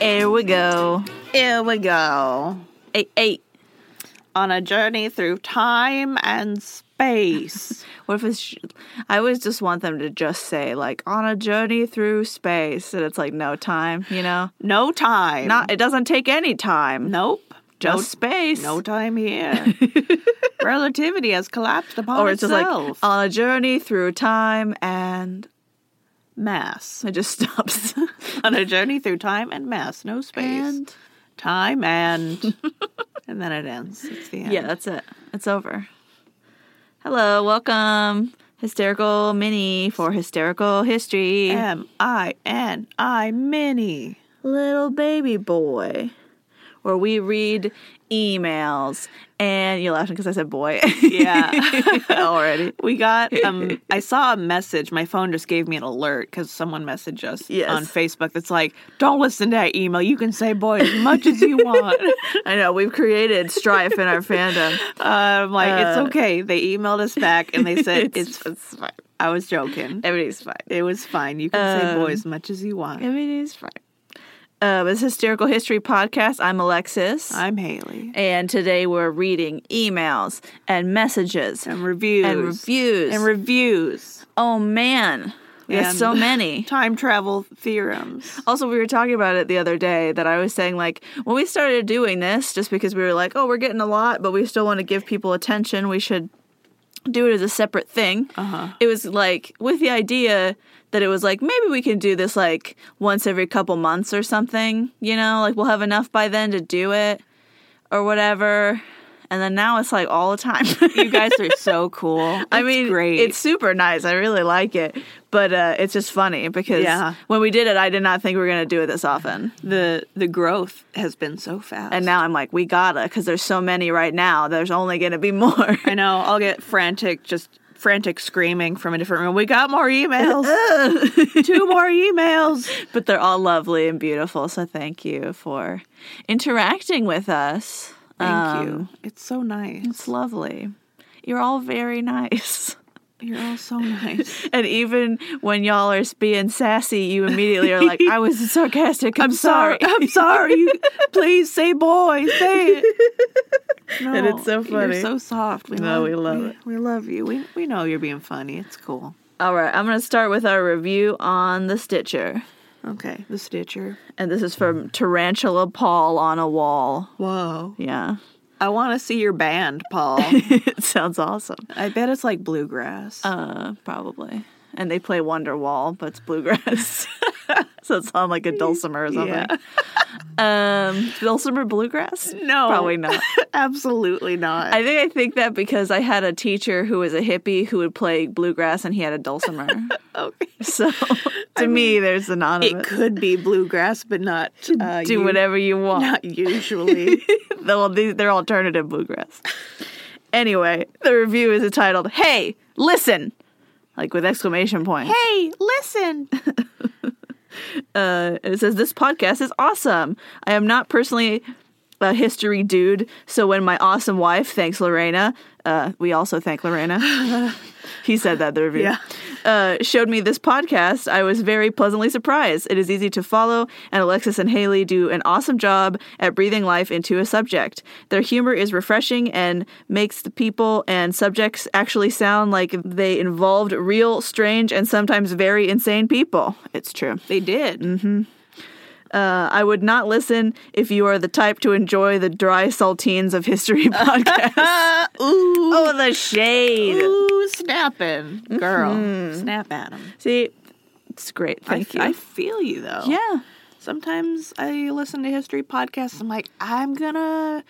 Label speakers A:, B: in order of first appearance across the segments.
A: Here we go.
B: Here we go.
A: Eight, eight.
B: On a journey through time and space.
A: What if it's? I always just want them to just say like on a journey through space, and it's like no time. You know,
B: No time.
A: not it doesn't take any time.
B: Nope.
A: just
B: no,
A: space.
B: No time here. Relativity has collapsed upon
A: or it's just
B: itself.
A: like uh, on a journey through time and
B: mass.
A: it just stops.
B: On a journey through time and mass. No space.
A: and
B: time and. and then it ends. It's the end.
A: yeah, that's it. It's over. Hello, welcome, hysterical mini for hysterical history.
B: M I N I mini.
A: little baby boy where we read emails and you're laughing because i said boy
B: Yeah.
A: already
B: We got um I saw a message. My phone just gave me an alert because someone messaged us
A: Yes.
B: on Facebook that's like, Don't listen to that email. You can say boy as much as you want.
A: i know we've creted strife in our fandom
B: Uh, I'm like,
A: Uh,
B: it's okay. They emailed us back and they said it's,
A: it's fine
B: I was joking.
A: everything's fine
B: It was fine. You can say boy
A: Um,
B: as much as you want.
A: everything's fine uh, it's hysterical history podcast i'm alexis
B: I'm Haley.
A: and today we're reading emails and messages
B: And reviews.
A: and reviews
B: And reviews.
A: oh man we have
B: And-
A: so many
B: Time travel theorems.
A: Also, we were talking about it the other day that I was saying, like, when we started doing this, just because we were like, oh, we're getting a lot, but we still want to give people attention, we should do it as a separate thing. Uh-huh. It was like, with the idea that it was like, maybe we can do this like once every couple months or something, you know, like we'll have enough by then to do it or whatever. And then now it's like all the time.
B: you guys are so cool.
A: I
B: It's
A: mean,
B: great.
A: it's super nice. I really like it. But uh, it's just funny because
B: Yeah.
A: when we did it, I did not think we were going to do it this often.
B: the the growth has been so fast.
A: And now I'm like, we gotta, because there's so many right now. There's only gonna be more.
B: I know. I'll get frantic, just frantic screaming from a different room. We got more emails. Two more emails.
A: but they're all lovely and beautiful. So thank you for interacting with us.
B: Thank
A: Um,
B: you. It's so nice.
A: It's lovely. You're all very nice.
B: You're all so nice.
A: And even when y'all are being sassy, you immediately are like, I was sarcastic. I'm, sorry.
B: I'm sorry. You, please say boy. Say it. No,
A: And it's so funny.
B: You're so soft. We
A: No, we love
B: we,
A: it.
B: We love you. We we know you're being funny. It's cool.
A: All right, I'm gonna start with our review on the Stitcher.
B: Okay. The Stitcher.
A: And this is from Tarantula Paul on a Wall.
B: Whoa.
A: Yeah.
B: I want to see your band, Paul.
A: it sounds awesome.
B: I bet it's like bluegrass.
A: Uh, probably. And they play Wonderwall, but it's bluegrass. so it's on like a dulcimer or something. Um, dulcimer bluegrass?
B: No.
A: Probably not.
B: Absolutely not.
A: I think I think that because I had a teacher who was a hippie who would play bluegrass and he had a dulcimer.
B: okay.
A: so to me, there's the
B: It
A: anonymous.
B: could be bluegrass, but not uh,
A: Do
B: u-
A: whatever you want.
B: Not usually.
A: well, these, they're alternative bluegrass. anyway, the review is entitled, Hey, listen! Like with exclamation points.
B: hey, listen.
A: uh, it says this podcast is awesome. I am not personally a history dude, so when my awesome wife, thanks Lorena, uh, we also thank Lorena. he said that in the review.
B: Yeah.
A: Uh, showed me this podcast. I was very pleasantly surprised. It is easy to follow, and Alexis and Haley do an awesome job at breathing life into a subject. Their humor is refreshing and makes the people and subjects actually sound like they involved real, strange, and sometimes very insane people. It's true.
B: They did.
A: Uh, I would not listen if you are the type to enjoy the dry saltines of history podcasts.
B: Uh, ooh.
A: oh, the shade.
B: Ooh, snapping. Girl, snap at him.
A: See, it's great. Thank
B: I,
A: you.
B: I feel you, though.
A: yeah.
B: Sometimes I listen to history podcasts. I'm like, I'm going to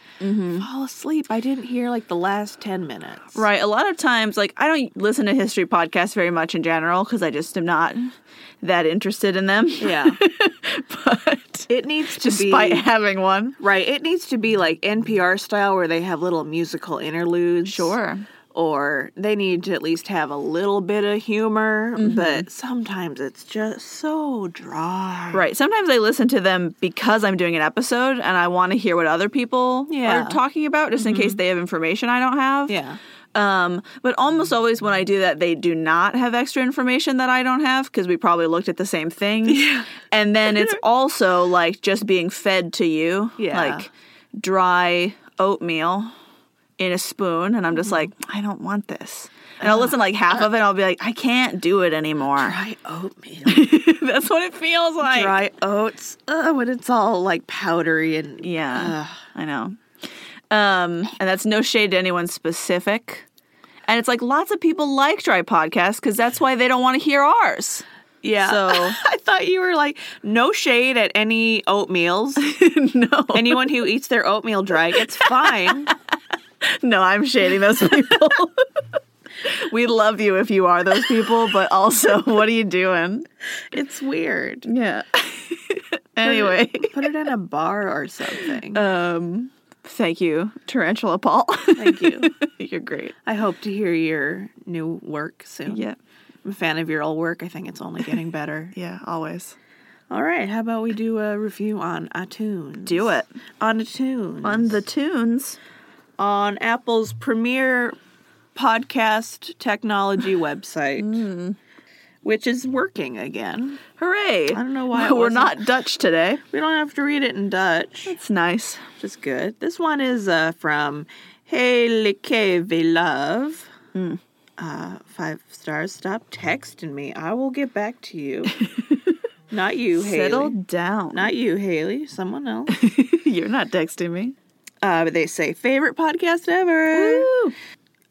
B: fall asleep. I didn't hear like the last 10 minutes.
A: Mm-hmm. Right. A lot of times, like, I don't listen to history podcasts very much in general because I just am not that interested in them.
B: Yeah.
A: but
B: it needs to
A: despite
B: be.
A: having one,
B: Right. It needs to be like NPR style where they have little musical interludes. Or they need to at least have a little bit of humor, but sometimes it's just so dry.
A: Mm-hmm. Right. Sometimes I listen to them because I'm doing an episode and I want to hear what other people
B: Yeah.
A: Mm-hmm. are talking about just in case they have information I don't have.
B: Yeah.
A: Um, but
B: Mm.
A: almost always when I do that, they do not have extra information that I don't have because we probably looked at the same thing.
B: Yeah.
A: And then it's also like just being fed to you,
B: Yeah.
A: like dry oatmeal in a spoon. And I'm just like,
B: Mm-hmm.
A: I don't want this. And I'll listen to, like
B: Uh,
A: half of it. And I'll be like, I can't do it anymore.
B: Dry oatmeal.
A: That's what it feels like.
B: Dry oats. Uh, when it's all like powdery and
A: Yeah,
B: Ugh.
A: I know. Um, and that's no shade to anyone specific. And it's like lots of people like dry podcasts because that's why they don't want to hear ours.
B: yeah.
A: So-
B: I thought you were like no shade at any oatmeals.
A: no,
B: Anyone who eats their oatmeal dry, it's fine.
A: no, I'm shading those people. we love you if you are those people, but also, what are you doing?
B: it's weird.
A: Yeah. anyway,
B: Put it- put it in a bar or something.
A: um, thank you, Tarantula Paul.
B: Thank you.
A: You're great.
B: I hope to hear your new work soon.
A: Yeah,
B: I'm a fan of your old work. I think it's only getting better.
A: yeah, always
B: All right, how about we do a review on iTunes?
A: do it
B: on iTunes
A: on the tunes.
B: on Apple's premier podcast technology website, which is working again.
A: Hooray! I
B: don't know why it
A: we're
B: wasn't.
A: not Dutch today.
B: We don't have to read it in Dutch, which
A: It's nice.
B: is good. This one is uh, from Helike We Love.
A: Hmm.
B: Uh, five stars. Stop texting me. I will get back to you. Not you, Haley.
A: Settle down.
B: Not you, Haley. Someone else.
A: You're not texting me.
B: Uh, but they say favorite podcast ever.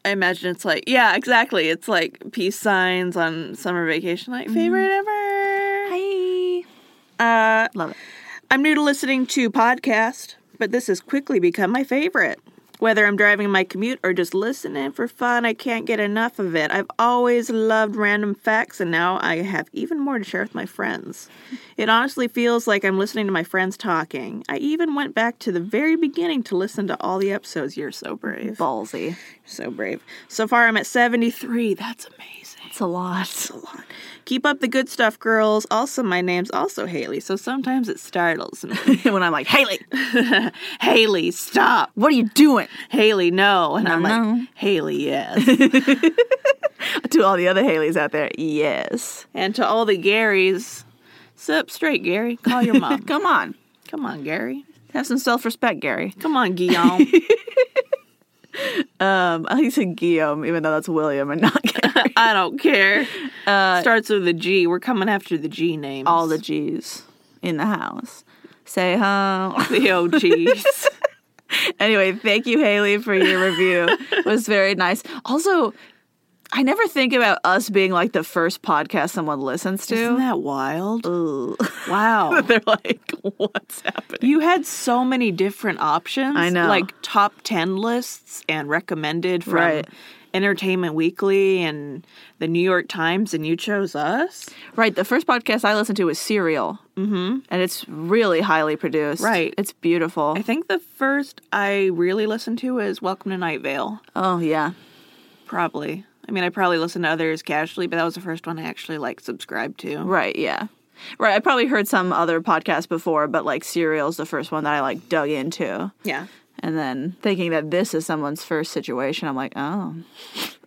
B: I imagine it's like yeah, exactly. It's like peace signs on summer vacation, like favorite ever.
A: Mm-hmm. Hi.
B: Uh,
A: Love it.
B: I'm new to listening to podcast, but this has quickly become my favorite. Whether I'm driving my commute or just listening for fun, I can't get enough of it. I've always loved random facts, and now I have even more to share with my friends. It honestly feels like I'm listening to my friends talking. I even went back to the very beginning to listen to all the episodes. You're so brave.
A: Ballsy.
B: So brave. So far, I'm at 73. That's amazing.
A: It's a lot.
B: That's a lot. Keep up the good stuff, girls. Also, my name's also Haley, so sometimes it startles me.
A: when I'm like, Haley,
B: Haley, stop.
A: what are you doing?
B: Haley, no. And I'm like,
A: no.
B: Haley, yes.
A: To all the other Haleys out there, yes.
B: and to all the Garys, sup straight, Gary. Call your mom.
A: Come on.
B: Come on, Gary.
A: Have some self respect, Gary.
B: Come on, Guillaume.
A: Um, I think you said Guillaume, even though that's William and not Gary.
B: I don't care. Starts with a G. We're coming after the G names.
A: Uh, all the G's in the house. Say hello.
B: the OGs.
A: anyway, thank you, Haley, for your review. it was very nice. Also, I never think about us being like the first podcast someone listens
B: Isn't
A: to.
B: that wild?
A: Ugh.
B: Wow.
A: They're like, what's happening?
B: You had so many different options.
A: I know.
B: Like top 10 lists and recommended from
A: Right.
B: Entertainment Weekly and the New York Times, and you chose us?
A: Right. The first podcast I listened to was Serial. Mm-hmm. And it's really highly produced.
B: Right.
A: It's beautiful.
B: I think the first I really listened to is Welcome to Night Vale,
A: oh, yeah.
B: probably. I mean, I probably listened to others casually, but that was the first one I actually like subscribed to.
A: Right. Yeah. Right. I probably heard some other podcasts before, but like Serial's the first one that I like dug into.
B: Yeah.
A: And then thinking that this is someone's first situation, I'm like, oh,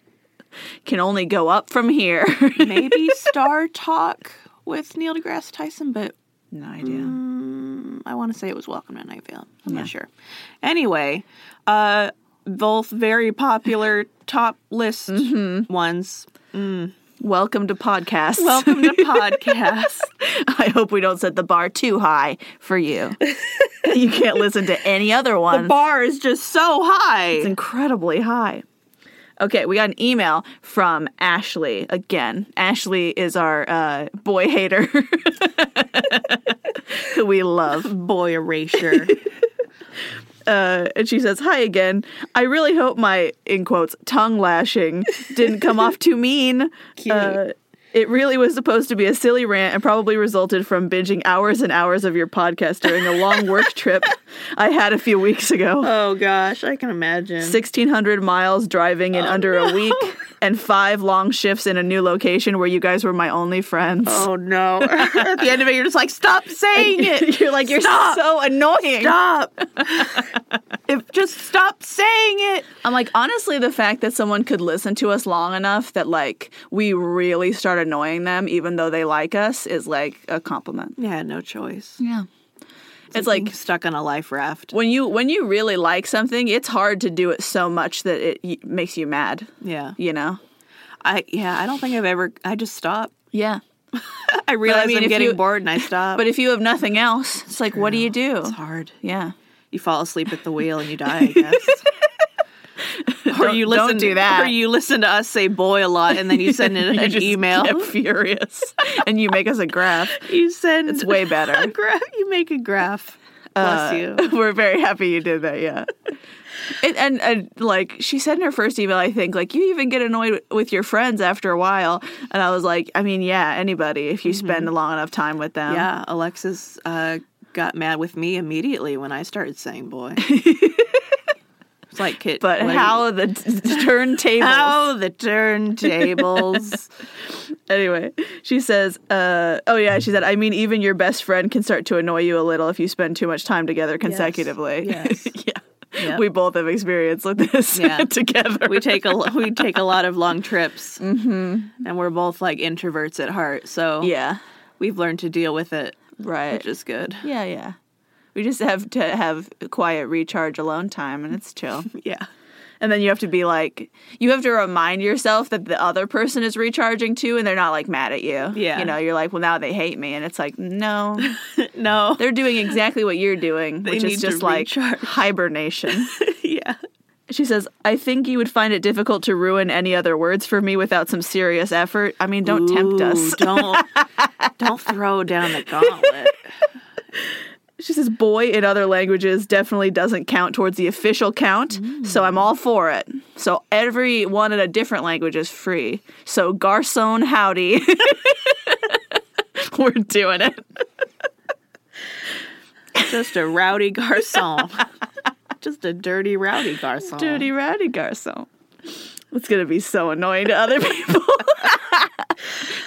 A: can only go up from here.
B: Maybe Star Talk with Neil deGrasse Tyson, but
A: no idea.
B: I want to say it was Welcome to Night Vale. I'm not sure. Anyway, uh, both very popular top list Mm-hmm. ones.
A: Welcome to podcasts.
B: Welcome to podcast.
A: I hope we don't set the bar too high for you. you can't listen to any other one.
B: Bar is just so
A: It's
B: high.
A: incredibly high. Okay, we got an email from Ashley again. Ashley is our uh, boy hater who we love.
B: Boy erasure.
A: uh, and she says, "Hi again. I really hope my in quotes tongue lashing didn't come off too mean. Uh, it really was supposed to be a silly rant and probably resulted from binging hours and hours of your podcast during a long work trip I had a few weeks ago.
B: oh gosh, I can imagine.
A: 1600 miles driving
B: Oh,
A: in under a week and five long shifts in a new location where you guys were my only friends."
B: Oh no. At the end of it, you're just like, stop saying it.
A: You're like, you're
B: Stop.
A: so annoying.
B: Stop. if just stop saying it.
A: I'm like, honestly, the fact that someone could listen to us long enough that like we really start annoying them, even though they like us, is like a compliment.
B: Yeah, no choice.
A: Yeah. It's,
B: Like
A: like,
B: being stuck on a life raft.
A: when you when you really like something, it's hard to do it so much that it y- makes you mad.
B: Yeah.
A: You know?
B: I yeah, I don't think I've ever I just stop.
A: Yeah.
B: I realize I
A: mean,
B: am
A: if
B: getting
A: you-
B: bored and I stop.
A: But if you have nothing else, it's like, what do you do?
B: it's hard.
A: Yeah.
B: You fall asleep at the wheel and you die, I guess. or you
A: Don't- don't
B: listen
A: do that.
B: Or you listen to us say boy a lot and then you send in
A: You
B: an
A: just
B: email.
A: get furious, and you make us a graph.
B: You send
A: It's way better.
B: a graph. You make a graph. Bless
A: Uh,
B: you.
A: We're very happy you did that. Yeah. It, and and like she said in her first email, I think like you even get annoyed with- with your friends after a while. And I was like, I mean, yeah, anybody if you spend a long enough time with them.
B: Mm-hmm. Yeah, Alexis uh, got mad with me immediately when I started saying boy. it's like, kid,
A: But how the t- turntables.
B: How the turntables.
A: Anyway, she says, uh, oh yeah, she said, I mean, even your best friend can start to annoy you a little if you spend too much time together consecutively.
B: Yes.
A: yeah.
B: Yep.
A: We both have experience with this
B: Yeah.
A: together.
B: we take a we take a lot of long trips, mm-hmm. and we're both like introverts at heart. So
A: yeah.
B: we've learned to deal with it,
A: Right.
B: which is good.
A: Yeah, yeah. We just have to have quiet recharge alone time and it's chill.
B: Yeah,
A: and then you have to be like you have to remind yourself that the other person is recharging too and they're not like mad at you.
B: Yeah.
A: You know, you're like, well now they hate me and it's like, no.
B: no,
A: They're doing exactly what you're doing, which
B: need
A: is
B: to
A: just like
B: recharge.
A: hibernation.
B: yeah,
A: she says, I think you would find it difficult to ruin any other words for me without some serious effort. I mean, don't tempt
B: Ooh,
A: us.
B: don't don't throw down the gauntlet.
A: She says, boy in other languages definitely doesn't count towards the official count, so I'm all for it. So every one in a different language is free. So, garçon howdy. We're doing it.
B: Just a rowdy garçon. Just a dirty rowdy garçon.
A: Dirty rowdy garçon. It's going to be so annoying to other people.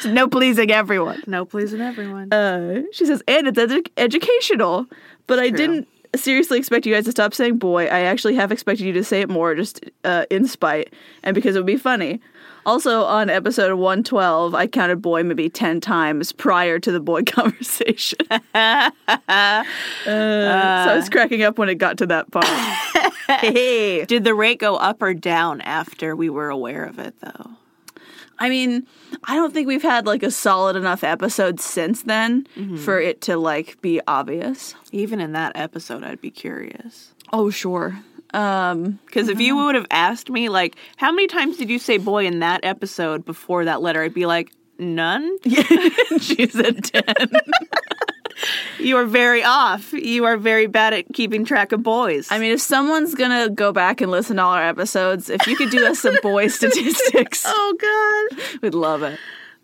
A: no pleasing everyone.
B: No pleasing everyone.
A: Uh, she says, and it's edu- educational. But I
B: true.
A: didn't seriously expect you guys to stop saying boy. I actually have expected you to say it more just uh, in spite and because it would be funny. Also, on episode 112, I counted boy maybe 10 times prior to the boy conversation. Uh, so I was cracking up when it got to that part. hey.
B: Did the rate go up or down after we were aware of it, though?
A: I mean, I don't think we've had like a solid enough episode since then for it to like be obvious.
B: Even in that episode, I'd be curious.
A: Oh, sure. Um,
B: Because if you would have asked me, like, how many times did you say boy in that episode before that letter, I'd be like, none.
A: she's a 10.
B: You are very off. You are very bad at keeping track of boys.
A: I mean, if someone's going to go back and listen to all our episodes, if you could do us some boy statistics,
B: oh, God.
A: we'd love it.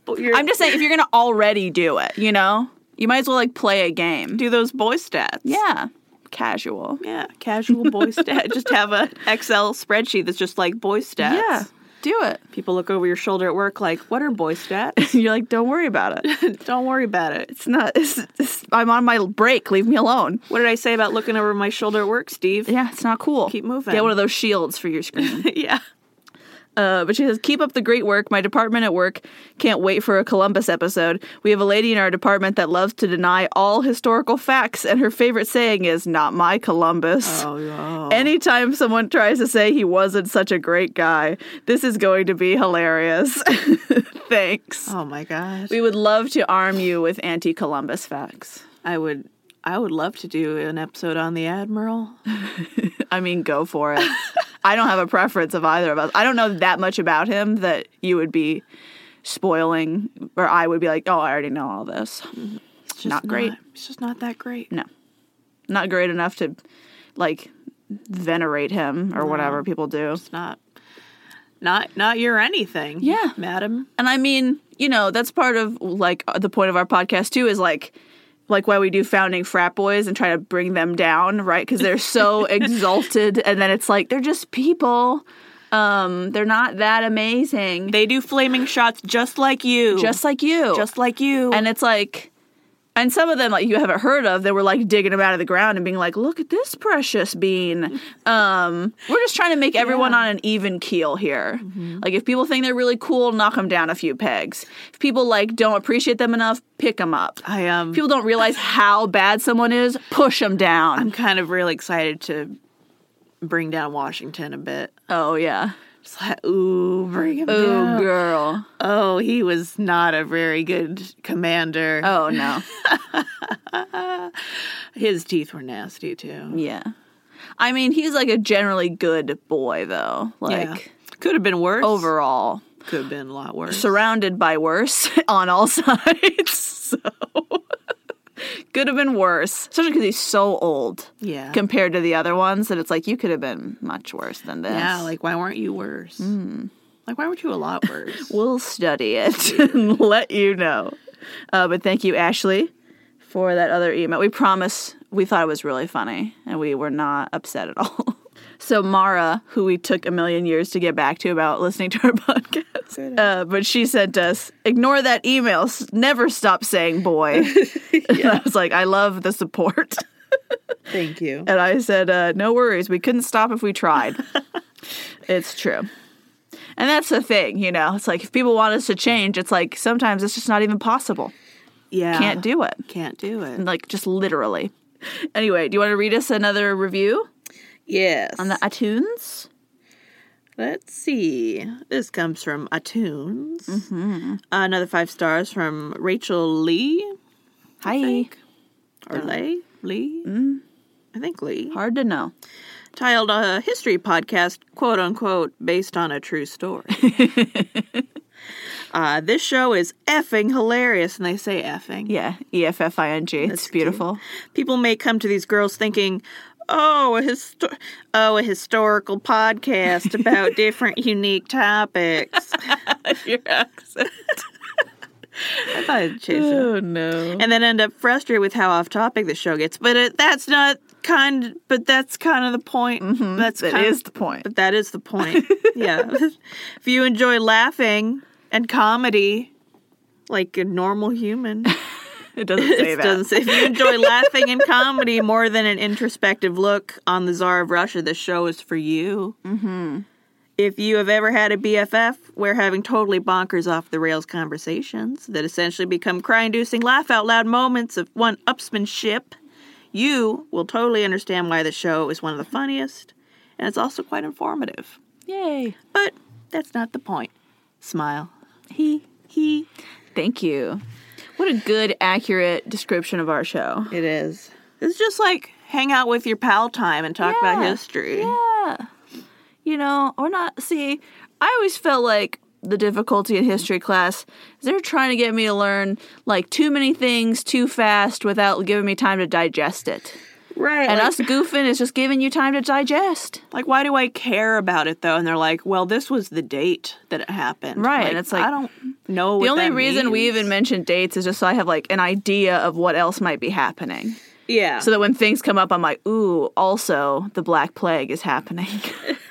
B: But you're-
A: I'm just saying, if you're going to already do it, you know, you might as well like play a game.
B: do those boy stats.
A: Yeah. Casual.
B: Yeah, casual boy stat. Just have a Excel spreadsheet that's just like boy stats.
A: Yeah. Do it.
B: People look over your shoulder at work like, what are boy stats?
A: You're like, don't worry about it.
B: Don't worry about it.
A: It's not, it's, it's, I'm on my break. Leave me alone.
B: What did I say about looking over my shoulder at work, Steve?
A: Yeah, it's not cool.
B: Keep moving.
A: Get one of those shields for your screen.
B: yeah.
A: Uh, but she says, keep up the great work. My department at work can't wait for a Columbus episode. We have a lady in our department that loves to deny all historical facts, and her favorite saying is, not my Columbus.
B: Oh, no.
A: Anytime someone tries to say he wasn't such a great guy, this is going to be hilarious. Thanks.
B: Oh my gosh.
A: We would love to arm you with anti Columbus facts.
B: I would I would love to do an episode on the Admiral.
A: I mean, go for it. I don't have a preference of either of us. I don't know that much about him that you would be spoiling, or I would be like, oh, I already know all this.
B: It's just
A: Not great.
B: It's just not that great.
A: No, not great enough to like venerate him or whatever people do.
B: It's not not not your anything.
A: Yeah.
B: Madam.
A: And I mean, you know, that's part of like the point of our podcast too is like like why we do founding frat boys and try to bring them down, right? Cuz they're so exalted and then it's like they're just people. Um they're not that amazing.
B: They do flaming shots just like you.
A: just like you.
B: just like you.
A: and it's like And some of them, like you haven't heard of, they were like digging them out of the ground and being like, "Look at this precious bean." Um, we're just trying to make everyone on an even keel here. Like, if people think they're really cool, knock them down a few pegs. If people like don't appreciate them enough, pick them up.
B: I um,
A: If people don't realize how bad someone is, push them down.
B: I'm kind of really excited to bring down Washington a bit.
A: oh yeah.
B: It's like, ooh, bring him
A: Oh
B: down.
A: girl.
B: Oh, he was not a very good commander.
A: Oh no.
B: His teeth were nasty too.
A: yeah. I mean, he's like a generally good boy though. Like
B: could have been worse.
A: overall.
B: could have been a lot worse.
A: surrounded by worse on all sides. So could have been worse, especially because he's so old
B: yeah.
A: compared to the other ones that it's like you could have been much worse than this.
B: yeah, like why weren't you worse? Like why weren't you a lot worse?
A: we'll study it and let you know. Uh, but thank you, Ashley, for that other email. We promise we thought it was really funny and we were not upset at all. So Mara, who we took a million years to get back to about listening to our podcast, uh, but she sent us, "Ignore that email. S- Never stop saying boy." And I was like, "I love the support,"
B: Thank you.
A: and I said, uh, "No worries. We couldn't stop if we tried." it's true. And that's the thing, you know. It's like if people want us to change, it's like sometimes it's just not even possible.
B: Yeah.
A: Can't do it.
B: can't do Mm. it.
A: Like just literally. Anyway, do you want to read us another review
B: Yes.
A: on the iTunes?
B: Let's see. This comes from iTunes. Mm-hmm. Another five stars from Rachel Lee
A: Hi.
B: or Lay Lee. I think Lee.
A: Hard to know.
B: Titled a history podcast, quote unquote, based on a true story. uh, this show is effing hilarious, and they say effing.
A: Yeah, E F F I N G. It's beautiful.
B: People may come to these girls thinking, "Oh, a histo- oh, a historical podcast about different unique topics."
A: Your accent.
B: I thought I'd change it.
A: Oh no.
B: and then end up frustrated with how off topic the show gets. But it, that's not kind. But that's kind of the point. That's
A: That
B: kind
A: is the point.
B: But that is the point. yeah. if you enjoy laughing and comedy, like a normal human,
A: It doesn't say
B: it
A: that.
B: doesn't say- if you enjoy laughing and comedy more than an introspective look on the Tsar of Russia, this show is for you. Mm-hmm. If you have ever had a BFF, we're having totally bonkers off the rails conversations that essentially become cry inducing, laugh out loud moments of one upsmanship. You will totally understand why the show is one of the funniest, and it's also quite informative.
A: Yay.
B: But that's not the point. Smile.
A: He.
B: He.
A: Thank you. What a good, accurate description of our show.
B: It is. It's just like hang out with your pal time and talk about
A: Yeah.
B: history.
A: Yeah. You know, we're not. See, I always felt like the difficulty in history class is they're trying to get me to learn like too many things too fast without giving me time to digest it.
B: Right.
A: And
B: like,
A: us goofing is just giving you time to digest.
B: like, why do I care about it though? And they're like, well, this was the date that it happened.
A: Right, and it's like-
B: I don't know.
A: The
B: what
A: only
B: that
A: reason we
B: means.
A: even mention dates is just so I have like an idea of what else might be happening.
B: yeah.
A: So that when things come up, I'm like, ooh, also the Black Plague is happening.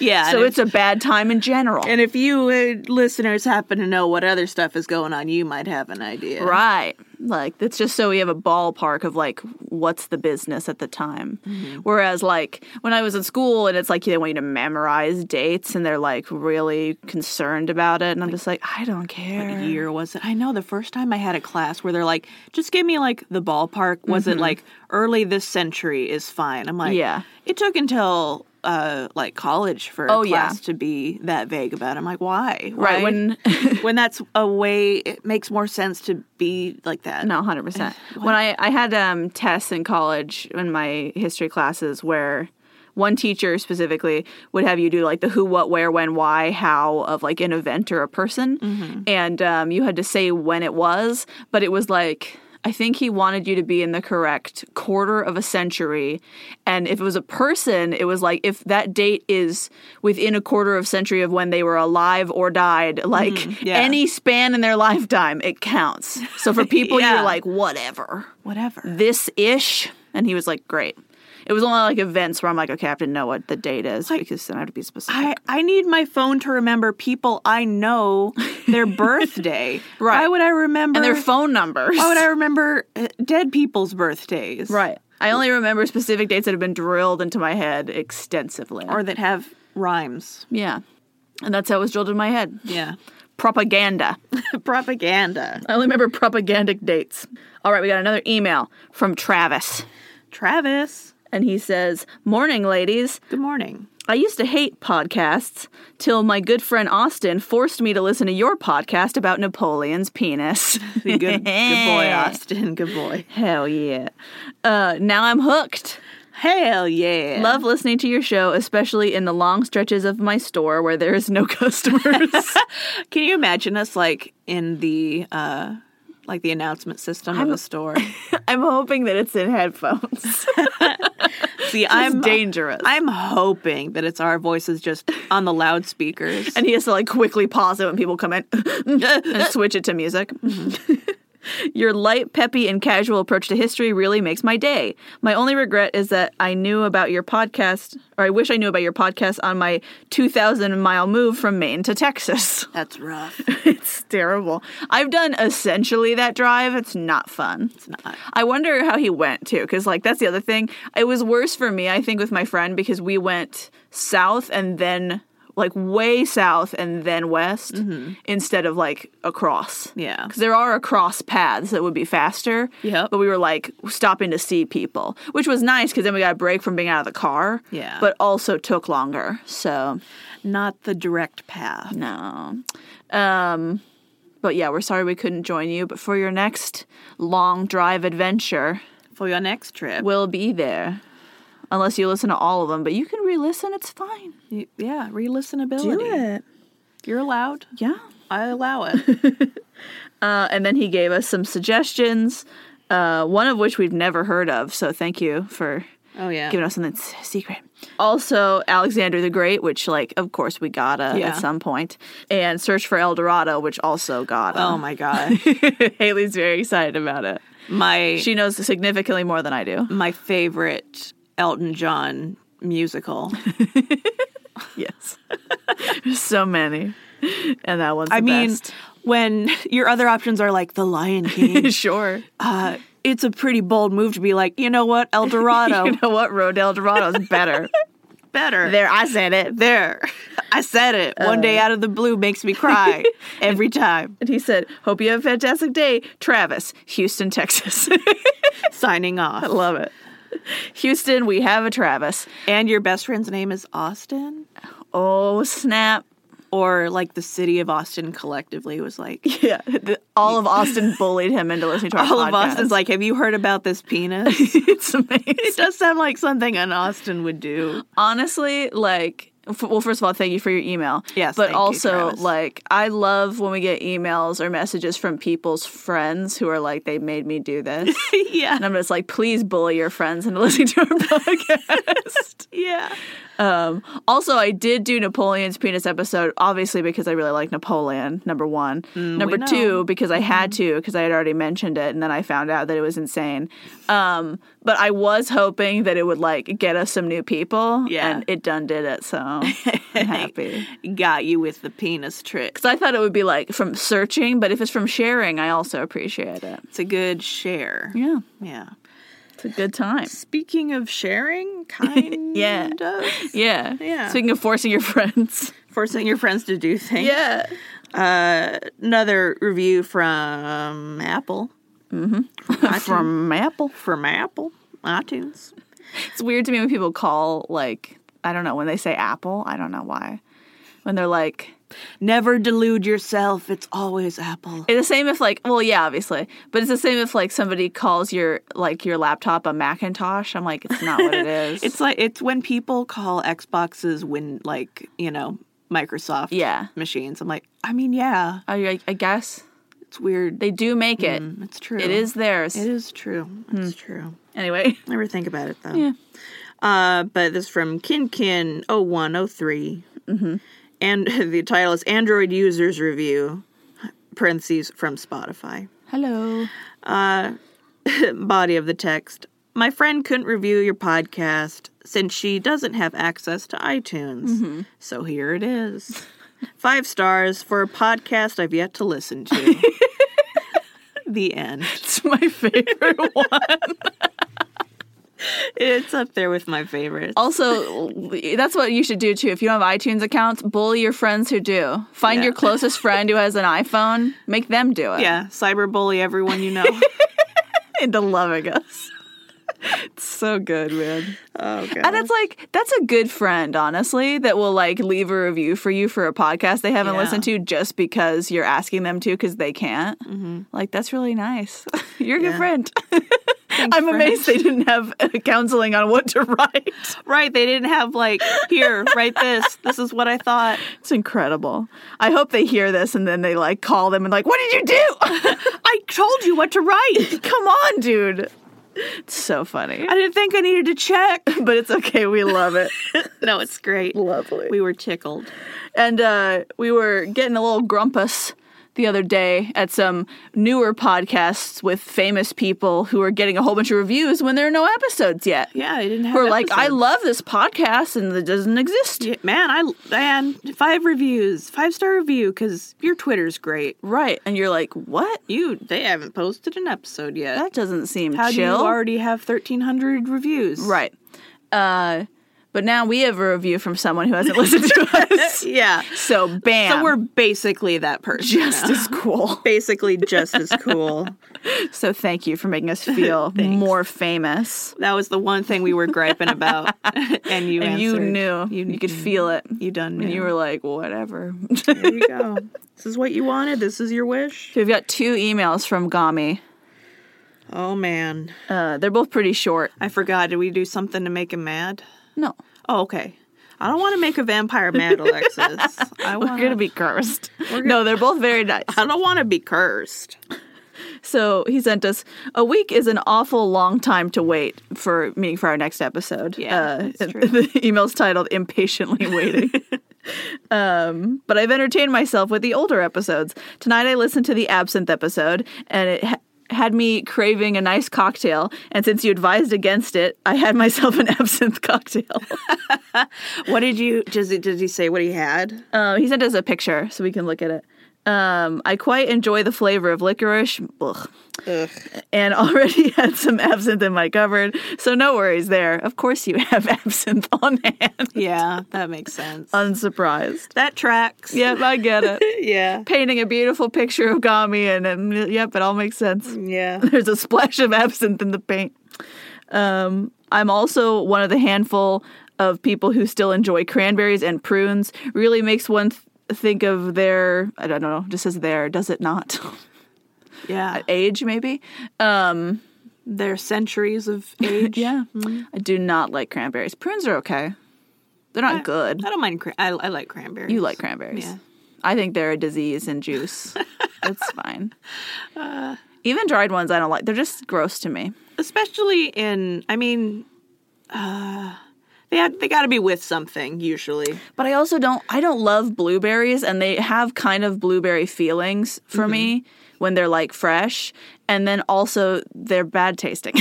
B: yeah.
A: so
B: and
A: it's a bad time in general.
B: and if you uh, listeners happen to know what other stuff is going on, you might have an idea.
A: Right. Like that's just so we have a ballpark of like what's the business at the time. Whereas like when I was in school and it's like they want you to memorize dates and they're like really concerned about it and I'm just like I don't care.
B: What year was it? I know the first time I had a class where they're like, just give me like the ballpark. Was it like early this century is fine? I'm like,
A: Mm-hmm. Yeah.
B: It took until uh like college for a
A: Oh, yeah.
B: class to be that vague about. It. I'm like, why?
A: Right
B: Why-
A: when
B: when that's a way it makes more sense to be like that.
A: No, hundred percent. When I I had um, tests in college in my history classes where one teacher specifically would have you do like the who, what, where, when, why, how of like an event or a person, and um, you had to say when it was, but it was like. I think he wanted you to be in the correct quarter of a century. And if it was a person, it was like if that date is within a quarter of century of when they were alive or died, like
B: yeah.
A: any span in their lifetime, it counts. So for people,
B: Yeah.
A: you're like, whatever,
B: Whatever.
A: this ish. And he was like, great. It was only like events where I'm like, okay, I have to know what the date is because then I have to be specific.
B: I, I need my phone to remember people I know their birthday.
A: Right.
B: Why would I remember?
A: Oh, and their phone numbers.
B: why would I remember uh, dead people's birthdays?
A: Right. I only remember specific dates that have been drilled into my head extensively.
B: Or that have rhymes.
A: yeah. And that's how it was drilled in my head.
B: Yeah.
A: Propaganda.
B: Propaganda.
A: I only remember propagandic dates. All right, we got another email from Travis.
B: Travis.
A: And he says, Morning, ladies.
B: Good morning.
A: I used to hate podcasts till my good friend Austin forced me to listen to your podcast about Napoleon's penis.
B: Good, good boy, Austin. Good boy.
A: Hell yeah. Uh, now I'm hooked.
B: Hell yeah.
A: Love listening to your show, especially in the long stretches of my store where there is no customers.
B: Can you imagine us like in the uh like the announcement system of a store?
A: I'm hoping that it's in headphones.
B: See, I'm
A: dangerous.
B: I'm hoping that it's our voices just on the loudspeakers.
A: and he has to like quickly pause it when people come in and switch it to music. Your light, peppy, and casual approach to history really makes my day. My only regret is that I knew about your podcast, or I wish I knew about your podcast on my 2,000 mile move from Maine to Texas.
B: That's rough.
A: it's terrible. I've done essentially that drive. It's not fun. It's
B: not.
A: I wonder how he went too, because like that's the other thing. It was worse for me, I think, with my friend because we went south and then like way south and then west instead of like across.
B: Mm-hmm. Yeah.
A: because there are across paths that would be faster.
B: Yep.
A: but we were like stopping to see people, which was nice because then we got a break from being out of the car.
B: Yeah.
A: but also took longer. So
B: Not the direct path.
A: no. Um, but yeah, we're sorry we couldn't join you. But for your next long drive adventure,
B: For your next trip.
A: we'll be there. Unless you listen to all of them, but you can re listen. It's fine.
B: Y- yeah, re-listenability. You're allowed.
A: Yeah.
B: I allow it.
A: Uh, and then he gave us some suggestions, uh, one of which we've never heard of. So thank you for
B: oh yeah.
A: giving us something s- secret. Also, Alexander the Great, which, like, of course, we gotta
B: Yeah.
A: at some point, and Search for El Dorado, which also gotta.
B: oh my god.
A: Haley's very excited about it.
B: My
A: She knows significantly more than I do.
B: my favorite Elton John musical.
A: Yes. There's so many. And that one's the
B: I mean,
A: best.
B: when your other options are like The Lion King,
A: sure.
B: uh, it's a pretty bold move to be like, you know what, El Dorado,
A: You know what? Road to El Dorado is better.
B: better.
A: there, I said it.
B: There. I said it. One
A: Uh.
B: day out of the blue makes me cry every time.
A: And he said, Hope you have a fantastic day. Travis, Houston, Texas.
B: Signing off.
A: Love it. Houston, we have a Travis.
B: And your best friend's name is Austin?
A: Oh, snap.
B: Or like the city of Austin collectively was like,
A: Yeah. The- all of Austin bullied him into listening to our
B: all of
A: podcast.
B: Austin's like, have you heard about this penis?
A: it's amazing.
B: it does sound like something an Austin would do.
A: honestly, like, f- well, first of all, thank you for your email.
B: Yes,
A: but
B: thank you,
A: also,
B: Travis.
A: like, I love when we get emails or messages from people's friends who are like, "They made me do this,"
B: yeah.
A: and I'm just like, "Please bully your friends into listening to our podcast."
B: Yeah.
A: um, also, I did do Napoleon's penis episode, obviously because I really like Napoleon. Number one, number
B: Mm, know. Mm-hmm.
A: two, because I had to because I had already mentioned it, and then I found out that it was insane. Um, but I was hoping that it would like get us some new people,
B: Yeah.
A: and it done did it. So I'm happy.
B: Got you with the penis trick.
A: So I thought it would be like from searching, but if it's from sharing, I also appreciate it.
B: It's a good share.
A: Yeah,
B: Yeah.
A: it's a good time.
B: Speaking of sharing, kind
A: Yeah.
B: of
A: Yeah.
B: Yeah.
A: Speaking of forcing your friends.
B: forcing your friends to do things.
A: Yeah.
B: Uh, another review from Apple. Mm-hmm. From,
A: From Apple.
B: from Apple, iTunes.
A: It's weird to me when people call like I don't know when they say Apple. I don't know why. When they're like
B: Never delude yourself. It's always Apple.
A: it's the same if like well yeah obviously but it's the same if like somebody calls your like your laptop a Macintosh. I'm like it's not what it is.
B: It's like it's when people call Xboxes when like you know Microsoft
A: Yeah.
B: machines. I'm like, I mean, yeah,
A: I, I- I guess
B: it's weird.
A: they do make it.
B: Mm, it's true.
A: It is theirs.
B: It is Hmm. true. It's true.
A: Anyway,
B: Never think about it though. Uh, but this from Kinkin oh one 3 And the title is Android Users Review, parentheses from Spotify.
A: hello.
B: Body of the text My friend couldn't review your podcast since she doesn't have access to iTunes. So here it is. Five stars for a podcast I've yet to listen to. the end.
A: It's my favorite one.
B: It's up there with my favorites.
A: Also, that's what you should do too. If you don't have iTunes accounts, bully your friends who do. Find
B: Yeah.
A: your closest friend who has an iPhone, make them do it.
B: Yeah, cyberbully everyone you know.
A: Into loving us. it's so good, man.
B: oh god.
A: And that's like that's a good friend, honestly, that will like leave a review for you for a podcast they haven't
B: Yeah.
A: listened to just because you're asking them to because they can't. Like that's really nice. you're a good
B: Mm-hmm. Yeah.
A: friend. I'm
B: friend.
A: amazed they didn't have uh, counseling on what to write.
B: right, they didn't have like here, write this. This is what I thought.
A: It's incredible. I hope they hear this and then they like call them and like, what did you do?
B: I told you what to write.
A: Come on, dude. It's so funny.
B: I didn't think I needed to check.
A: But it's okay. We love it.
B: No, it's great.
A: Lovely.
B: We were tickled.
A: And uh, we were getting a little grumpus the other day at some newer podcasts with famous people who are getting a whole bunch of reviews when there are no episodes yet.
B: Yeah, I didn't have.
A: Who are like, I
B: episodes.
A: love this podcast and it doesn't exist.
B: Yeah, man, I man five reviews, five star review because your Twitter's great.
A: Right. And you're like, what?
B: You they haven't posted an episode yet.
A: That doesn't seem
B: How
A: chill.
B: do you already have thirteen hundred reviews?
A: Right. Uh, but now we have a review from someone who hasn't listened to us.
B: Yeah.
A: So bam.
B: So we're basically that person.
A: just
B: now.
A: as cool.
B: basically just as cool.
A: So thank you for making us feel more famous.
B: That was the one thing we were griping about, and you
A: And you
B: answered.
A: knew. You, could feel it.
B: you done
A: And
B: knew.
A: you were like, whatever.
B: there you go. This is what you wanted. This is your wish.
A: We've got two emails from Gami.
B: Oh man,
A: Uh, they're both pretty short.
B: I forgot. Did we do something to make him mad?
A: No.
B: Oh, okay. I don't want to make a vampire mad, Alexis. I
A: We're
B: want
A: going to be cursed. No, they're both very nice.
B: I don't want to be cursed.
A: So he sent us a week is an awful long time to wait for meaning for our next episode. Uh,
B: Yeah, that's true.
A: The email's titled "Impatiently Waiting." um, but I've entertained myself with the older episodes. Tonight I listened to the Absinthe episode, and it. Ha- had me craving a nice cocktail, and since you advised against it, I had myself an absinthe cocktail.
B: What did you? Does he, did he say what he had?
A: Uh, he sent us a picture so we can look at it. Um, I quite enjoy the flavor of licorice. Ugh.
B: Ugh.
A: and already had some absinthe in my cupboard, so no worries there. Of course, you have absinthe on hand.
B: Yeah, that makes sense.
A: Unsurprised.
B: that tracks.
A: Yep, I get it.
B: Yeah.
A: Painting a beautiful picture of Gami, and, and yep, it all makes sense.
B: Yeah.
A: There's a splash of absinthe in the paint. Um, I'm also one of the handful of people who still enjoy cranberries and prunes. Really makes one th- think of their, I don't know, just says their, does it not?
B: Yeah.
A: Age, maybe? Um,
B: They're centuries of age.
A: Yeah.
B: Mm-hmm.
A: I do not like cranberries. Prunes are okay. They're not good.
B: I don't mind. Cra- I, I like cranberries.
A: You like cranberries.
B: Yeah.
A: I think they're a disease in juice. That's fine.
B: Uh,
A: Even dried ones I don't like. They're just gross to me.
B: especially in. I mean, uh, they had, they got to be with something usually.
A: But I also don't I don't love blueberries and they have kind of blueberry feelings for me when they're like fresh and then also they're bad tasting.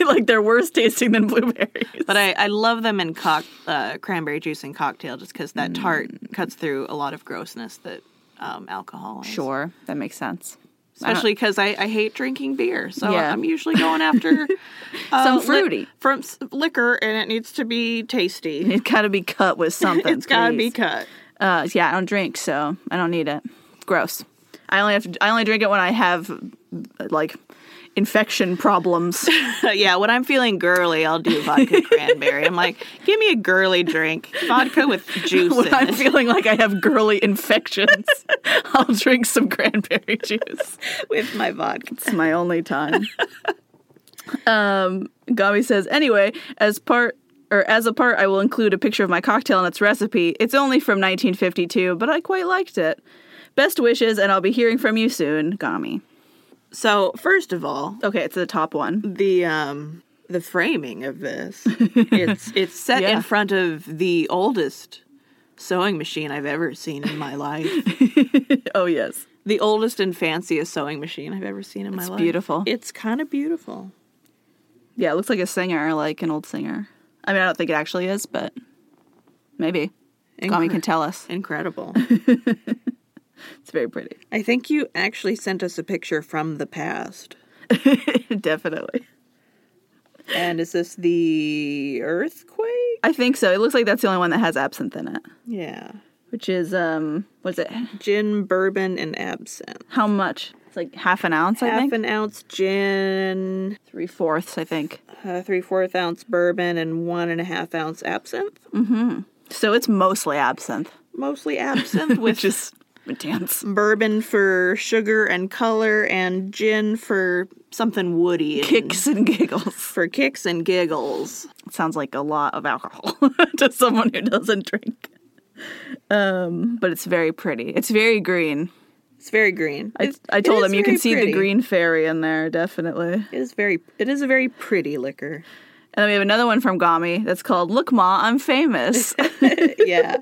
A: like they're worse tasting than blueberries.
B: But I, I love them in cock, uh, cranberry juice and cocktail just because that tart
A: Mm.
B: cuts through a lot of grossness that um, alcohol is.
A: Sure, that makes sense.
B: Especially because I, I hate drinking beer. So
A: Yeah.
B: I'm usually going after uh,
A: Some
B: li-
A: fruity.
B: from s- liquor and it needs to be tasty.
A: It gotta be cut with something.
B: It's got to
A: please.
B: be cut.
A: Uh, yeah, I don't drink, so I don't need it. Gross. I only have to, I only drink it when I have like infection problems.
B: yeah, when I'm feeling girly, I'll do vodka cranberry. I'm like, give me a girly drink. Vodka with juice
A: when
B: in
A: I'm
B: it.
A: feeling like I have girly infections, I'll drink some cranberry juice.
B: with my vodka.
A: It's my only time. um, Gami says, anyway, as part or as a part, I will include a picture of my cocktail and its recipe. It's only from 1952, but I quite liked it. Best wishes, and I'll be hearing from you soon, Gami.
B: So, first of all,
A: Okay, it's the top one.
B: the um the framing of this it's it's set
A: Yeah.
B: in front of the oldest sewing machine i've ever seen in my life
A: Oh yes.
B: the oldest and fanciest sewing machine i've ever seen in my
A: It's
B: life
A: beautiful.
B: it's kind of beautiful
A: Yeah, it looks like a singer, like an old singer. I mean, I don't think it actually is, but maybe. Gami can tell us.
B: Incredible.
A: It's very pretty.
B: I think you actually sent us a picture from the past.
A: Definitely.
B: And is this the earthquake?
A: I think so. It looks like that's the only one that has absinthe in it,
B: Yeah.
A: which is um, what's it?
B: Gin, bourbon, and absinthe.
A: How much? It's like half an ounce, I
B: Half
A: think.
B: an ounce gin,
A: Three fourths, I think.
B: uh, three fourth ounce bourbon, and one and a half ounce absinthe.
A: So it's mostly absinthe,
B: Mostly absinthe, with
A: which is intense.
B: bourbon for sugar and color, and gin for something woody. and-
A: Kicks and giggles.
B: For kicks and giggles.
A: It sounds like a lot of alcohol to someone who doesn't drink. Um, but it's very pretty. It's very green.
B: It's very green.
A: I,
B: It's-
A: I
B: it
A: told
B: is
A: him you can
B: very
A: see the
B: pretty.
A: green fairy in there, definitely.
B: It is very. It is a very pretty liquor.
A: And then we have another one from Gami that's called Look Ma, I'm Famous.
B: Uh, yeah.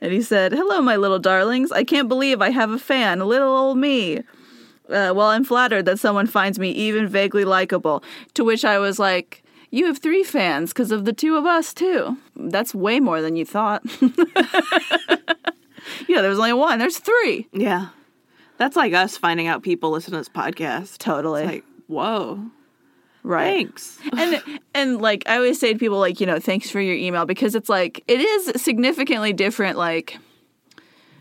A: and he said, Hello, my little darlings. I can't believe I have a fan, little old me. Uh, well, I'm flattered that someone finds me even vaguely likable. To which I was like, You have three fans because of the two of us, too. That's way more than you thought. yeah, there was only one. There's three.
B: Yeah. That's like us finding out people listen to this podcast.
A: Totally.
B: Like, whoa.
A: right.
B: Thanks.
A: and and like I always say to people, like you know, thanks for your email because it's like it is significantly different, like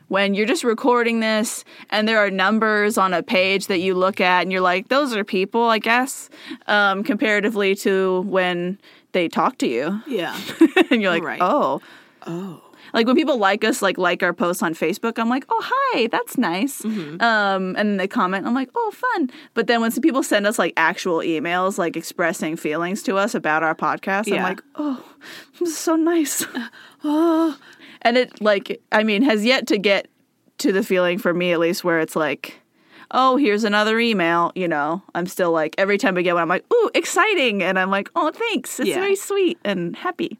A: when you're just recording this and there are numbers on a page that you look at and you're like, those are people, I guess, um, comparatively to when they talk to you
B: Yeah.
A: and you're like,
B: Right.
A: oh.
B: Oh.
A: Like when people like us, like like our posts on Facebook, I'm like, oh hi, that's nice. Um, and they comment, I'm like, oh fun. But then when some people send us like actual emails, like expressing feelings to us about our podcast, I'm
B: Yeah.
A: like, oh, this is so nice. oh. And it like, I mean, has yet to get to the feeling for me at least where it's like. Oh, here's another email. You know, I'm still like every time I get one, I'm like, "Ooh, exciting!" And I'm like, "Oh, thanks. It's
B: Yeah.
A: very sweet and happy."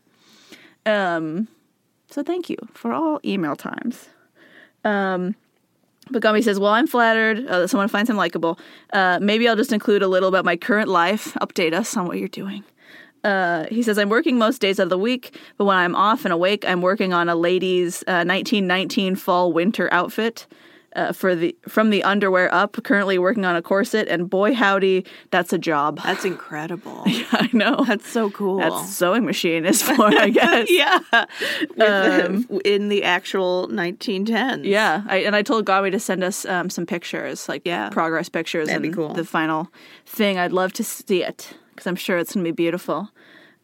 A: Um, so thank you for all email times. Um, but Gumby says, "Well, I'm flattered uh, that someone finds him likable. Uh, maybe I'll just include a little about my current life. Update us on what you're doing." Uh, he says, "I'm working most days out of the week, but when I'm off and awake, I'm working on a ladies' uh, 1919 fall winter outfit." Uh, for the from the underwear up, currently working on a corset, and boy howdy, that's a job.
B: That's incredible.
A: I know
B: That's so cool.
A: that's sewing machine is for, I guess.
B: yeah. With the- in the actual 1910s.
A: Um, Yeah, I, and I told Gabi to send us um, some pictures, like
B: Yeah.
A: progress pictures,
B: That'd be
A: and
B: cool.
A: the final thing. I'd love to see it because I'm sure it's going to be beautiful.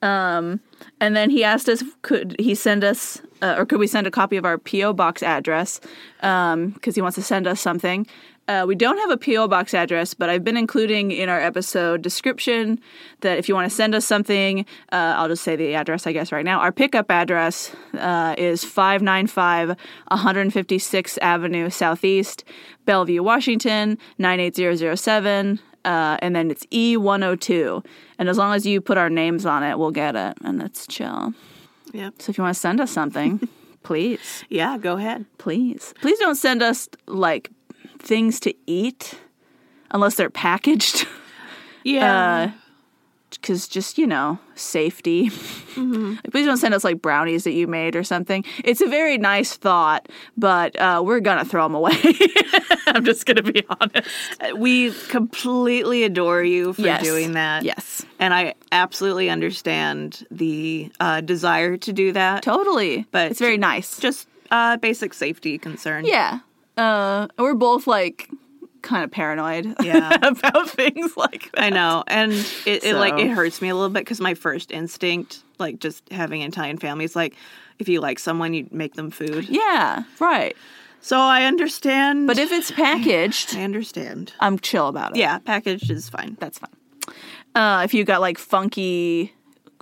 A: Um, and then he asked us, could he send us, uh, or could we send a copy of our PO box address? Because he wants to send us something. Uh, we don't have a PO box address, but I've been including in our episode description that if you want to send us something, uh, I'll just say the address, I guess, right now. Our pickup address uh, is 595 156th Avenue Southeast, Bellevue, Washington, 98007 uh, and then it's E102. And as long as you put our names on it, we'll get it, and it's chill.
B: Yep.
A: So if you want to send us something, please,
B: Yeah, go ahead.
A: please, please don't send us like things to eat unless they're packaged,
B: Yeah.
A: because just you know safety. Like, please don't send us like brownies that you made or something. It's a very nice thought, but uh, we're gonna throw them away. I'm just gonna be honest.
B: Uh, we completely adore you for
A: Yes.
B: doing that.
A: Yes,
B: And I absolutely understand the uh, desire to do that.
A: totally.
B: But-
A: it's very nice.
B: Just uh, basic safety concern.
A: Yeah. Uh, we're both like kind of paranoid
B: Yeah.
A: about things like that.
B: I know, and it, it like
A: So-
B: it hurts me a little bit because my first instinct, like just having an Italian family, is like if you like someone, you make them food.
A: Yeah, right.
B: So I understand,
A: But if it's packaged,
B: I understand,
A: I'm chill about it.
B: yeah, packaged is fine.
A: That's fine. Uh, if you got like funky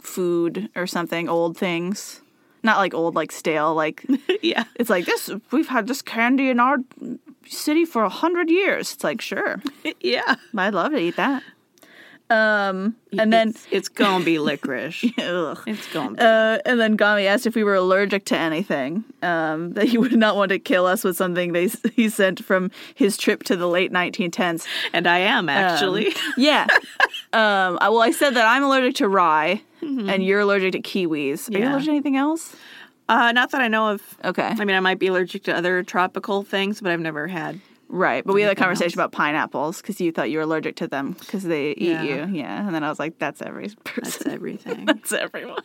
A: food or something, old things, not like old, like stale, like
B: yeah,
A: it's like this, we've had this candy in our city for a hundred years. It's like, sure,
B: yeah.
A: I'd love to eat that. Um, and then
B: it's, it's gonna be licorice.
A: ugh.
B: It's gonna be.
A: Uh, and then Gami asked if we were allergic to anything. Um, that he would not want to kill us with something they he sent from his trip to the late 1910s.
B: and I am actually.
A: Yeah. um, I, well, I said that I'm allergic to rye, and you're allergic to kiwis. Are you
B: Mm-hmm. Yeah.
A: allergic to anything else?
B: Uh, not that I know of.
A: Okay.
B: I mean, I might be allergic to other tropical things, but I've never had.
A: Right, but we had a conversation about pineapples because you thought you were allergic to them because they eat
B: Yeah.
A: you. Yeah, and then I was like, that's every
B: That's
A: person.
B: everything.
A: That's everyone.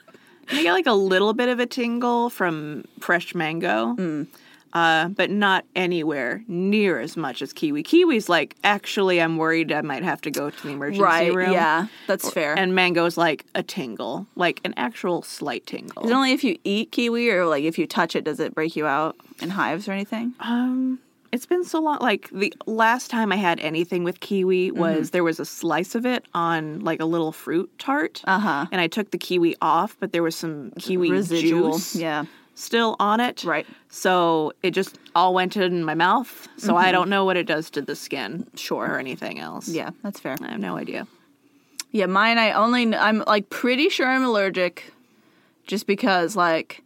B: I get like a little bit of a tingle from fresh mango, uh, but not anywhere near as much as kiwi. Kiwi's like, actually, I'm worried I might have to go to the emergency
A: Right.
B: room.
A: Yeah, that's fair. And
B: And mango's like a tingle, like an actual slight tingle.
A: is it only if you eat kiwi or like if you touch it, does it break you out in hives or anything?
B: Um, it's been so long. Like the last time I had anything with
A: Mm-hmm.
B: kiwi was there was a slice of it on like a little fruit tart,
A: Uh-huh.
B: and I took the kiwi off, but there was some kiwi
A: Residual.
B: juice
A: Yeah.
B: still on it.
A: Right.
B: So it just all went in my mouth. So I don't know what it does to the skin,
A: Mm-hmm. Sure.
B: or anything else.
A: Yeah, that's fair.
B: I have no idea.
A: Yeah, mine. I only. kn- I'm like pretty sure I'm allergic, just because like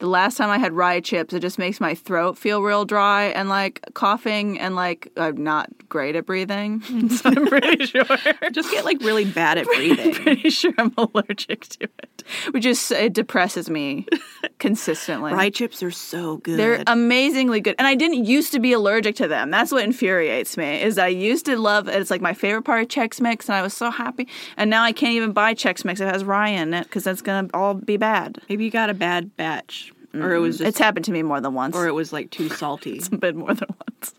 A: the last time I had rye chips, it just makes my throat feel real dry and like coughing and like I'm not great at breathing. so I'm pretty sure.
B: Just get like really bad at breathing.
A: pretty sure I'm allergic to it, which is it depresses me consistently.
B: Rye chips are so good.
A: They're um amazingly good. And I didn't used to be allergic to them. That's what infuriates me is I used to love it's like my favorite part of Chex Mix and I was so happy. And now I can't even buy Chex Mix. It has rye in it because that's going to all be bad.
B: Maybe you got a bad batch, or it was just,
A: It's happened to me more than once.
B: or it was like too salty.
A: been more than once.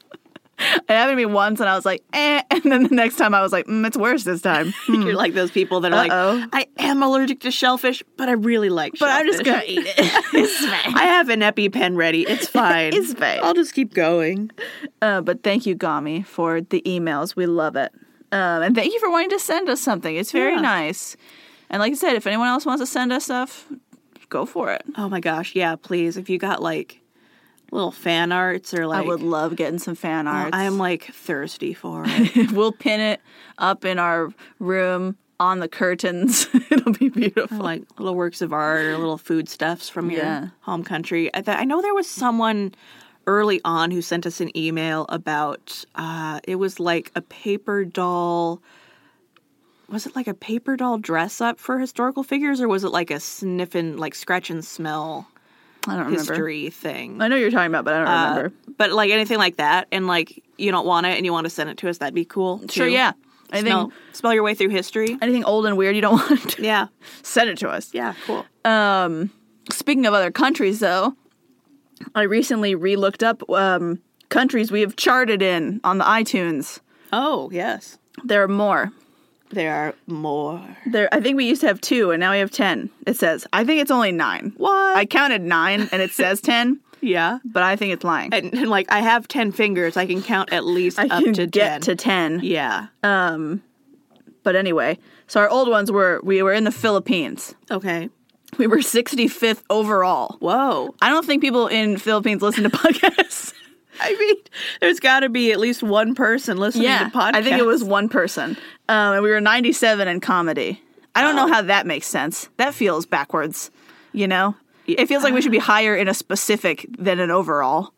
A: It happened to me once and I was like, eh. And then the next time I was like, mm, it's worse this time.
B: You're like those people that are
A: Uh-oh.
B: like, I am allergic to shellfish, but I really like
A: but I'm just
B: shellfish.
A: going to eat it. it's fine.
B: I have an EpiPen ready. It's fine.
A: It's fine.
B: I'll just keep going.
A: Uh, but thank you, Gami, for the emails. We love it. Um, and thank you for wanting to send us something. It's very
B: Yeah.
A: nice. And like I said, if anyone else wants to send us stuff, go for it.
B: Oh my gosh. Yeah, please. If you got like little fan arts or
A: I
B: like.
A: would love getting some fan arts.
B: I'm like thirsty for it.
A: oh, we'll pin it up in our room on the curtains. It'll be beautiful.
B: like little works of art or little foodstuffs from your
A: Yeah.
B: home country. I, th- I know there was someone early on who sent us an email about uh, it was like a paper doll. Was it like a paper doll dress up for historical figures, or was it like a sniffing, like scratch and smell
A: I don't remember.
B: history thing?
A: I know what you're talking about, but I don't
B: Uh,
A: remember.
B: but like anything like that, and like you don't want it, and you want to send it to us, that'd be cool.
A: Sure,
B: too.
A: yeah. Anything,
B: Smell, smell your way through history.
A: anything old and weird you don't want,
B: Yeah,
A: send it to us.
B: yeah, cool.
A: Uh, Speaking of other countries, though, I recently re looked up um, countries we have charted in on the iTunes.
B: Oh, yes.
A: There are more.
B: There are more.
A: There, I think we used to have two, and now we have ten. It says, I think it's only nine.
B: What?
A: I counted nine, and it says ten,
B: yeah.
A: but I think it's lying.
B: And, and, like, I have 10 fingers. I can count at least
A: I
B: up
A: can
B: to
A: get
B: 10.
A: to ten.
B: yeah.
A: But anyway, so our old ones were we were in the Philippines.
B: okay.
A: We were 65th overall.
B: Whoa.
A: I don't think people in Philippines listen to podcasts.
B: I mean, there's got to be at least one person listening
A: yeah,
B: to podcasts.
A: I think it was one person, um, and we were 97 in comedy. I don't know how that makes sense. That feels backwards. You know, it feels like we should be higher in a specific than an overall.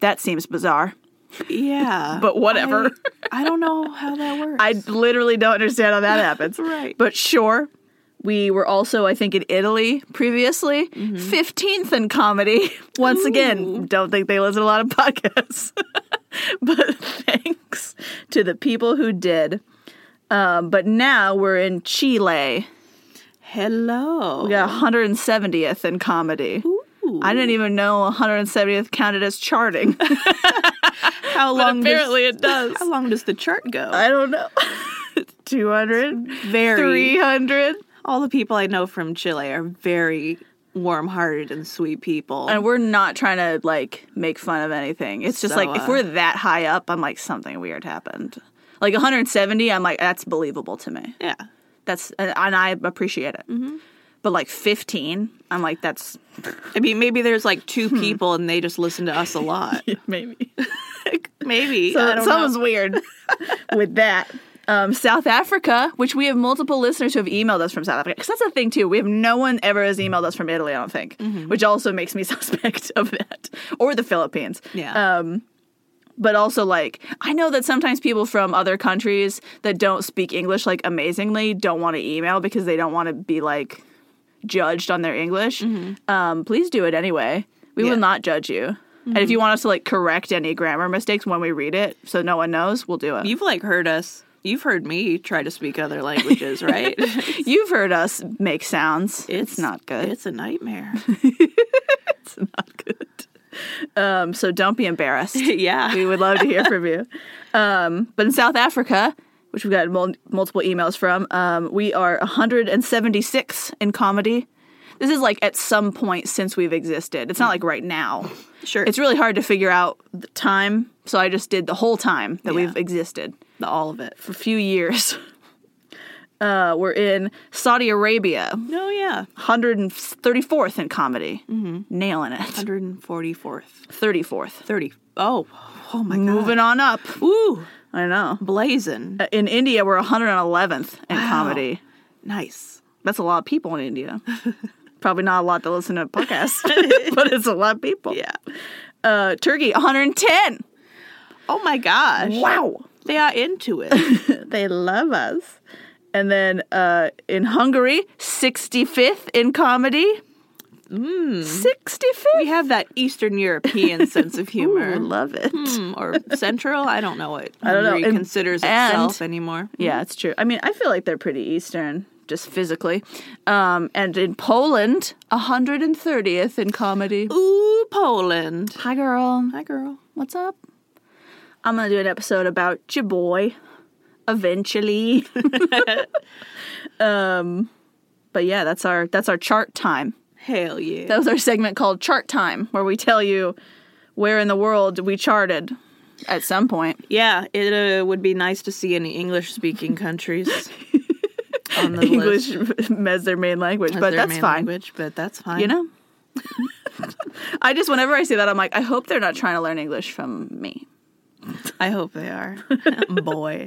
A: That seems bizarre.
B: Yeah.
A: But whatever.
B: I, I don't know how that works.
A: I literally don't understand how that happens.
B: Right.
A: But sure. We were also, I think, in Italy previously, 15th in comedy. Once again, don't think they listen to a lot of podcasts. but thanks to the people who did. Um, but now we're in Chile.
B: Hello.
A: We got 170th in comedy.
B: Ooh.
A: I didn't even know 170th counted as charting.
B: How long
A: apparently
B: does,
A: it does.
B: How long does the chart go?
A: I don't know. 200?
B: very.
A: 300?
B: All the people I know from Chile are very warm-hearted and sweet people.
A: and we're not trying to like make fun of anything. It's just
B: So,
A: like if
B: uh,
A: we're that high up, I'm like something weird happened. Like 170, I'm like that's believable to me.
B: yeah.
A: That's and and I appreciate it. But like 15, I'm like that's
B: I mean, maybe there's like two
A: Hmm.
B: people and they just listen to us a lot.
A: maybe
B: Maybe. I don't
A: something's
B: know.
A: weird with that. Um, South Africa, which we have multiple listeners who have emailed us from South Africa, because that's the thing too. We have no one ever has emailed us from Italy, I don't think, which also makes me suspect of that, or the Philippines. Um,
B: Yeah.
A: but also like I know that sometimes people from other countries that don't speak English like amazingly don't want to email because they don't want to be like judged on their English, um, please do it anyway. We
B: Mm-hmm. Yeah. Mm-hmm.
A: will not judge you. And if you want us to like correct any grammar mistakes when we read it, so no one knows, we'll do it.
B: You've like heard us. You've heard me try to speak other languages, right? it's,
A: You've heard us make sounds. It's, not good.
B: It's a nightmare.
A: um, so don't be embarrassed.
B: yeah.
A: we would love to hear from you. Um, but in South Africa, which we've got mul- multiple emails from, um, we are 176 in comedy. This is like at some point since we've existed. It's not like right now.
B: Sure.
A: It's really hard to figure out the time, so I just did the whole time that
B: Yeah.
A: we've existed
B: the, all of it.
A: for a few years. Uh, we're in Saudi Arabia,
B: No, yeah.
A: 134th in comedy,
B: Mm-hmm.
A: nailing it.
B: 144th.
A: 34th,
B: 30. Oh. Oh my god.
A: moving on up.
B: Ooh.
A: I know.
B: Blazing.
A: Uh, in India, we're 111th in comedy.
B: Nice.
A: That's a lot of people in India. Probably not a lot to listen to podcasts, but it's a lot of people.
B: Yeah.
A: Uh, Turkey, 110.
B: Oh my gosh.
A: Wow.
B: They are into it.
A: They love us. And then uh, in Hungary, 65th in comedy. Mm. 65th.
B: we have that Eastern European sense of humor.
A: Ooh, love it.
B: Hmm, or central. I don't know what I
A: don't know. And-
B: considers
A: and-
B: itself anymore.
A: Yeah, it's true. I mean, I feel like they're pretty Eastern, just physically. Um, and in Poland, 130th in comedy.
B: Ooh, Poland.
A: Hi, girl.
B: Hi, girl.
A: What's up? I'm gonna do an episode about your boy eventually. um, but yeah, that's our that's our chart time.
B: Hell yeah.
A: That was our segment called Chart Time, where we tell you where in the world we charted at some point.
B: yeah, it uh, would be nice to see any English speaking countries on the
A: English
B: list.
A: as their main language,
B: as
A: but
B: their
A: that's
B: main
A: fine.
B: Language, but that's fine.
A: You know. I just whenever I see that, I'm like, I hope they're not trying to learn English from me.
B: I hope they are. Boy.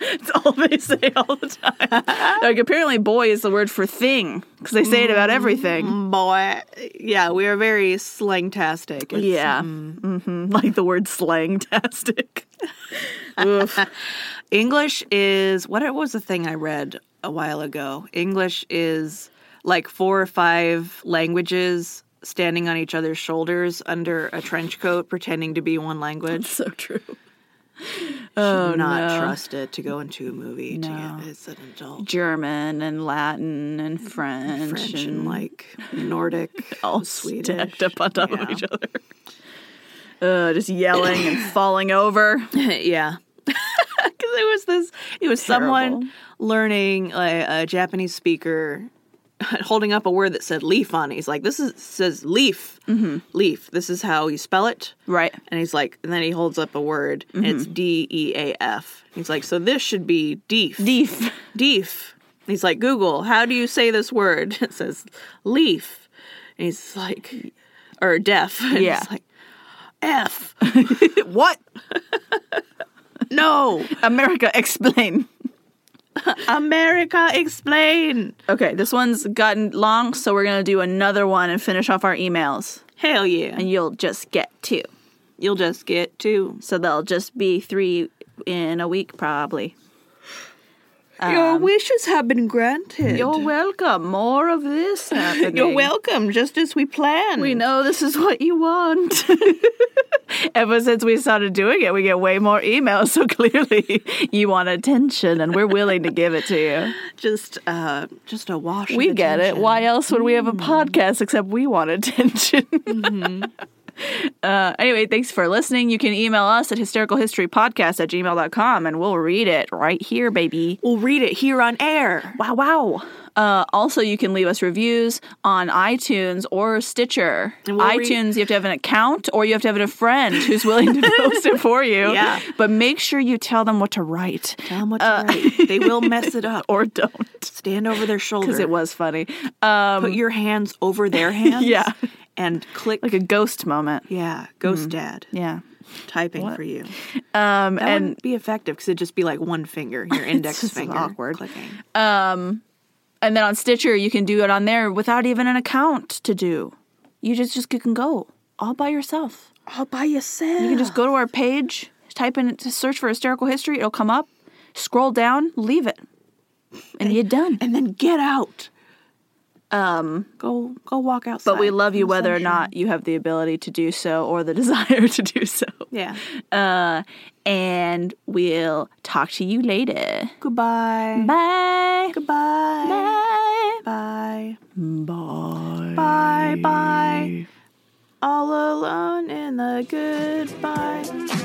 A: It's all they say all the time. like apparently, boy is the word for thing because they say it about everything.
B: Boy. Yeah, we are very slangtastic. It's-
A: Yeah, hmm like the word slangtastic. Oof.
B: English is what it was the thing I read a while ago. English is like four or five languages standing on each other's shoulders under a trench coat pretending to be one language.
A: so true.
B: Oh, not
A: no.
B: trust it to go into a movie
A: No.
B: to get, as an adult.
A: German and Latin and French,
B: French and like Nordic,
A: all
B: Swedish.
A: stacked up on top of
B: Yeah.
A: each other. Uh, just yelling and falling over.
B: yeah. Because it was this, it was
A: Terrible.
B: someone learning like, a Japanese speaker holding up a word that said leaf on it. He's like, this is says leaf, leaf. This is how you spell it.
A: Right.
B: And he's like, and then he holds up a word, and it's D E A F. He's like, so this should be deef,
A: Deef.
B: deef. And He's like, Google, how do you say this word? It says leaf. And he's like, or deaf. And
A: Yeah.
B: He's like, F.
A: What?
B: No.
A: America, explain.
B: America, explain.
A: Okay, this one's gotten long, so we're gonna do another one and finish off our emails,
B: Hell yeah.
A: and you'll just get two.
B: You'll just get two.
A: So they'll just be three in a week, probably.
B: Your wishes have been granted.
A: You're welcome. More of this happening.
B: You're welcome, just as we planned.
A: We know this is what you want. Ever since we started doing it, we get way more emails. So clearly, you want attention, and we're willing to give it to you.
B: Just, uh, just a wash. of
A: We get it.
B: attention.
A: Why else would we have a podcast except we want attention? Mm-hmm. uh, anyway, thanks for listening. You can email us at hystericalhistorypodcast at gmail.com and we'll read it right here, baby.
B: We'll read it here on air.
A: Wow, wow. Uh, also, you can leave us reviews on iTunes or Stitcher.
B: And we'll read-
A: iTunes, you have to have an account or you have to have a friend who's willing to post it for you.
B: Yeah.
A: But make sure you tell them what to write
B: Tell 'em what's right. They will mess it up.
A: or don't
B: Stand over their shoulder.
A: because it was funny. Um,
B: Put your hands over their hands.
A: Yeah.
B: And click.
A: like a Mm-hmm. ghost moment.
B: yeah. Ghost dad
A: Yeah.
B: typing for you.
A: Um, and
B: That wouldn't be effective because it'd just be like one finger, your index
A: just
B: finger.
A: awkward.
B: Clicking.
A: and then on Stitcher, you can do it on there without even an account to do. You just just you can go all by yourself.
B: All by yourself.
A: You can just go to our page, type in to search for hysterical history. It'll come up. Scroll down, leave it, and you're done.
B: and then get out. Go go walk outside.
A: Um, But we love you
B: in the
A: whether or
B: sunshine.
A: not you have the ability to do so or the desire to do so.
B: Yeah.
A: Uh, and we'll talk to you later.
B: Goodbye.
A: Bye.
B: Goodbye.
A: Bye.
B: Bye.
A: Bye.
B: Bye. Bye. All alone in the goodbye.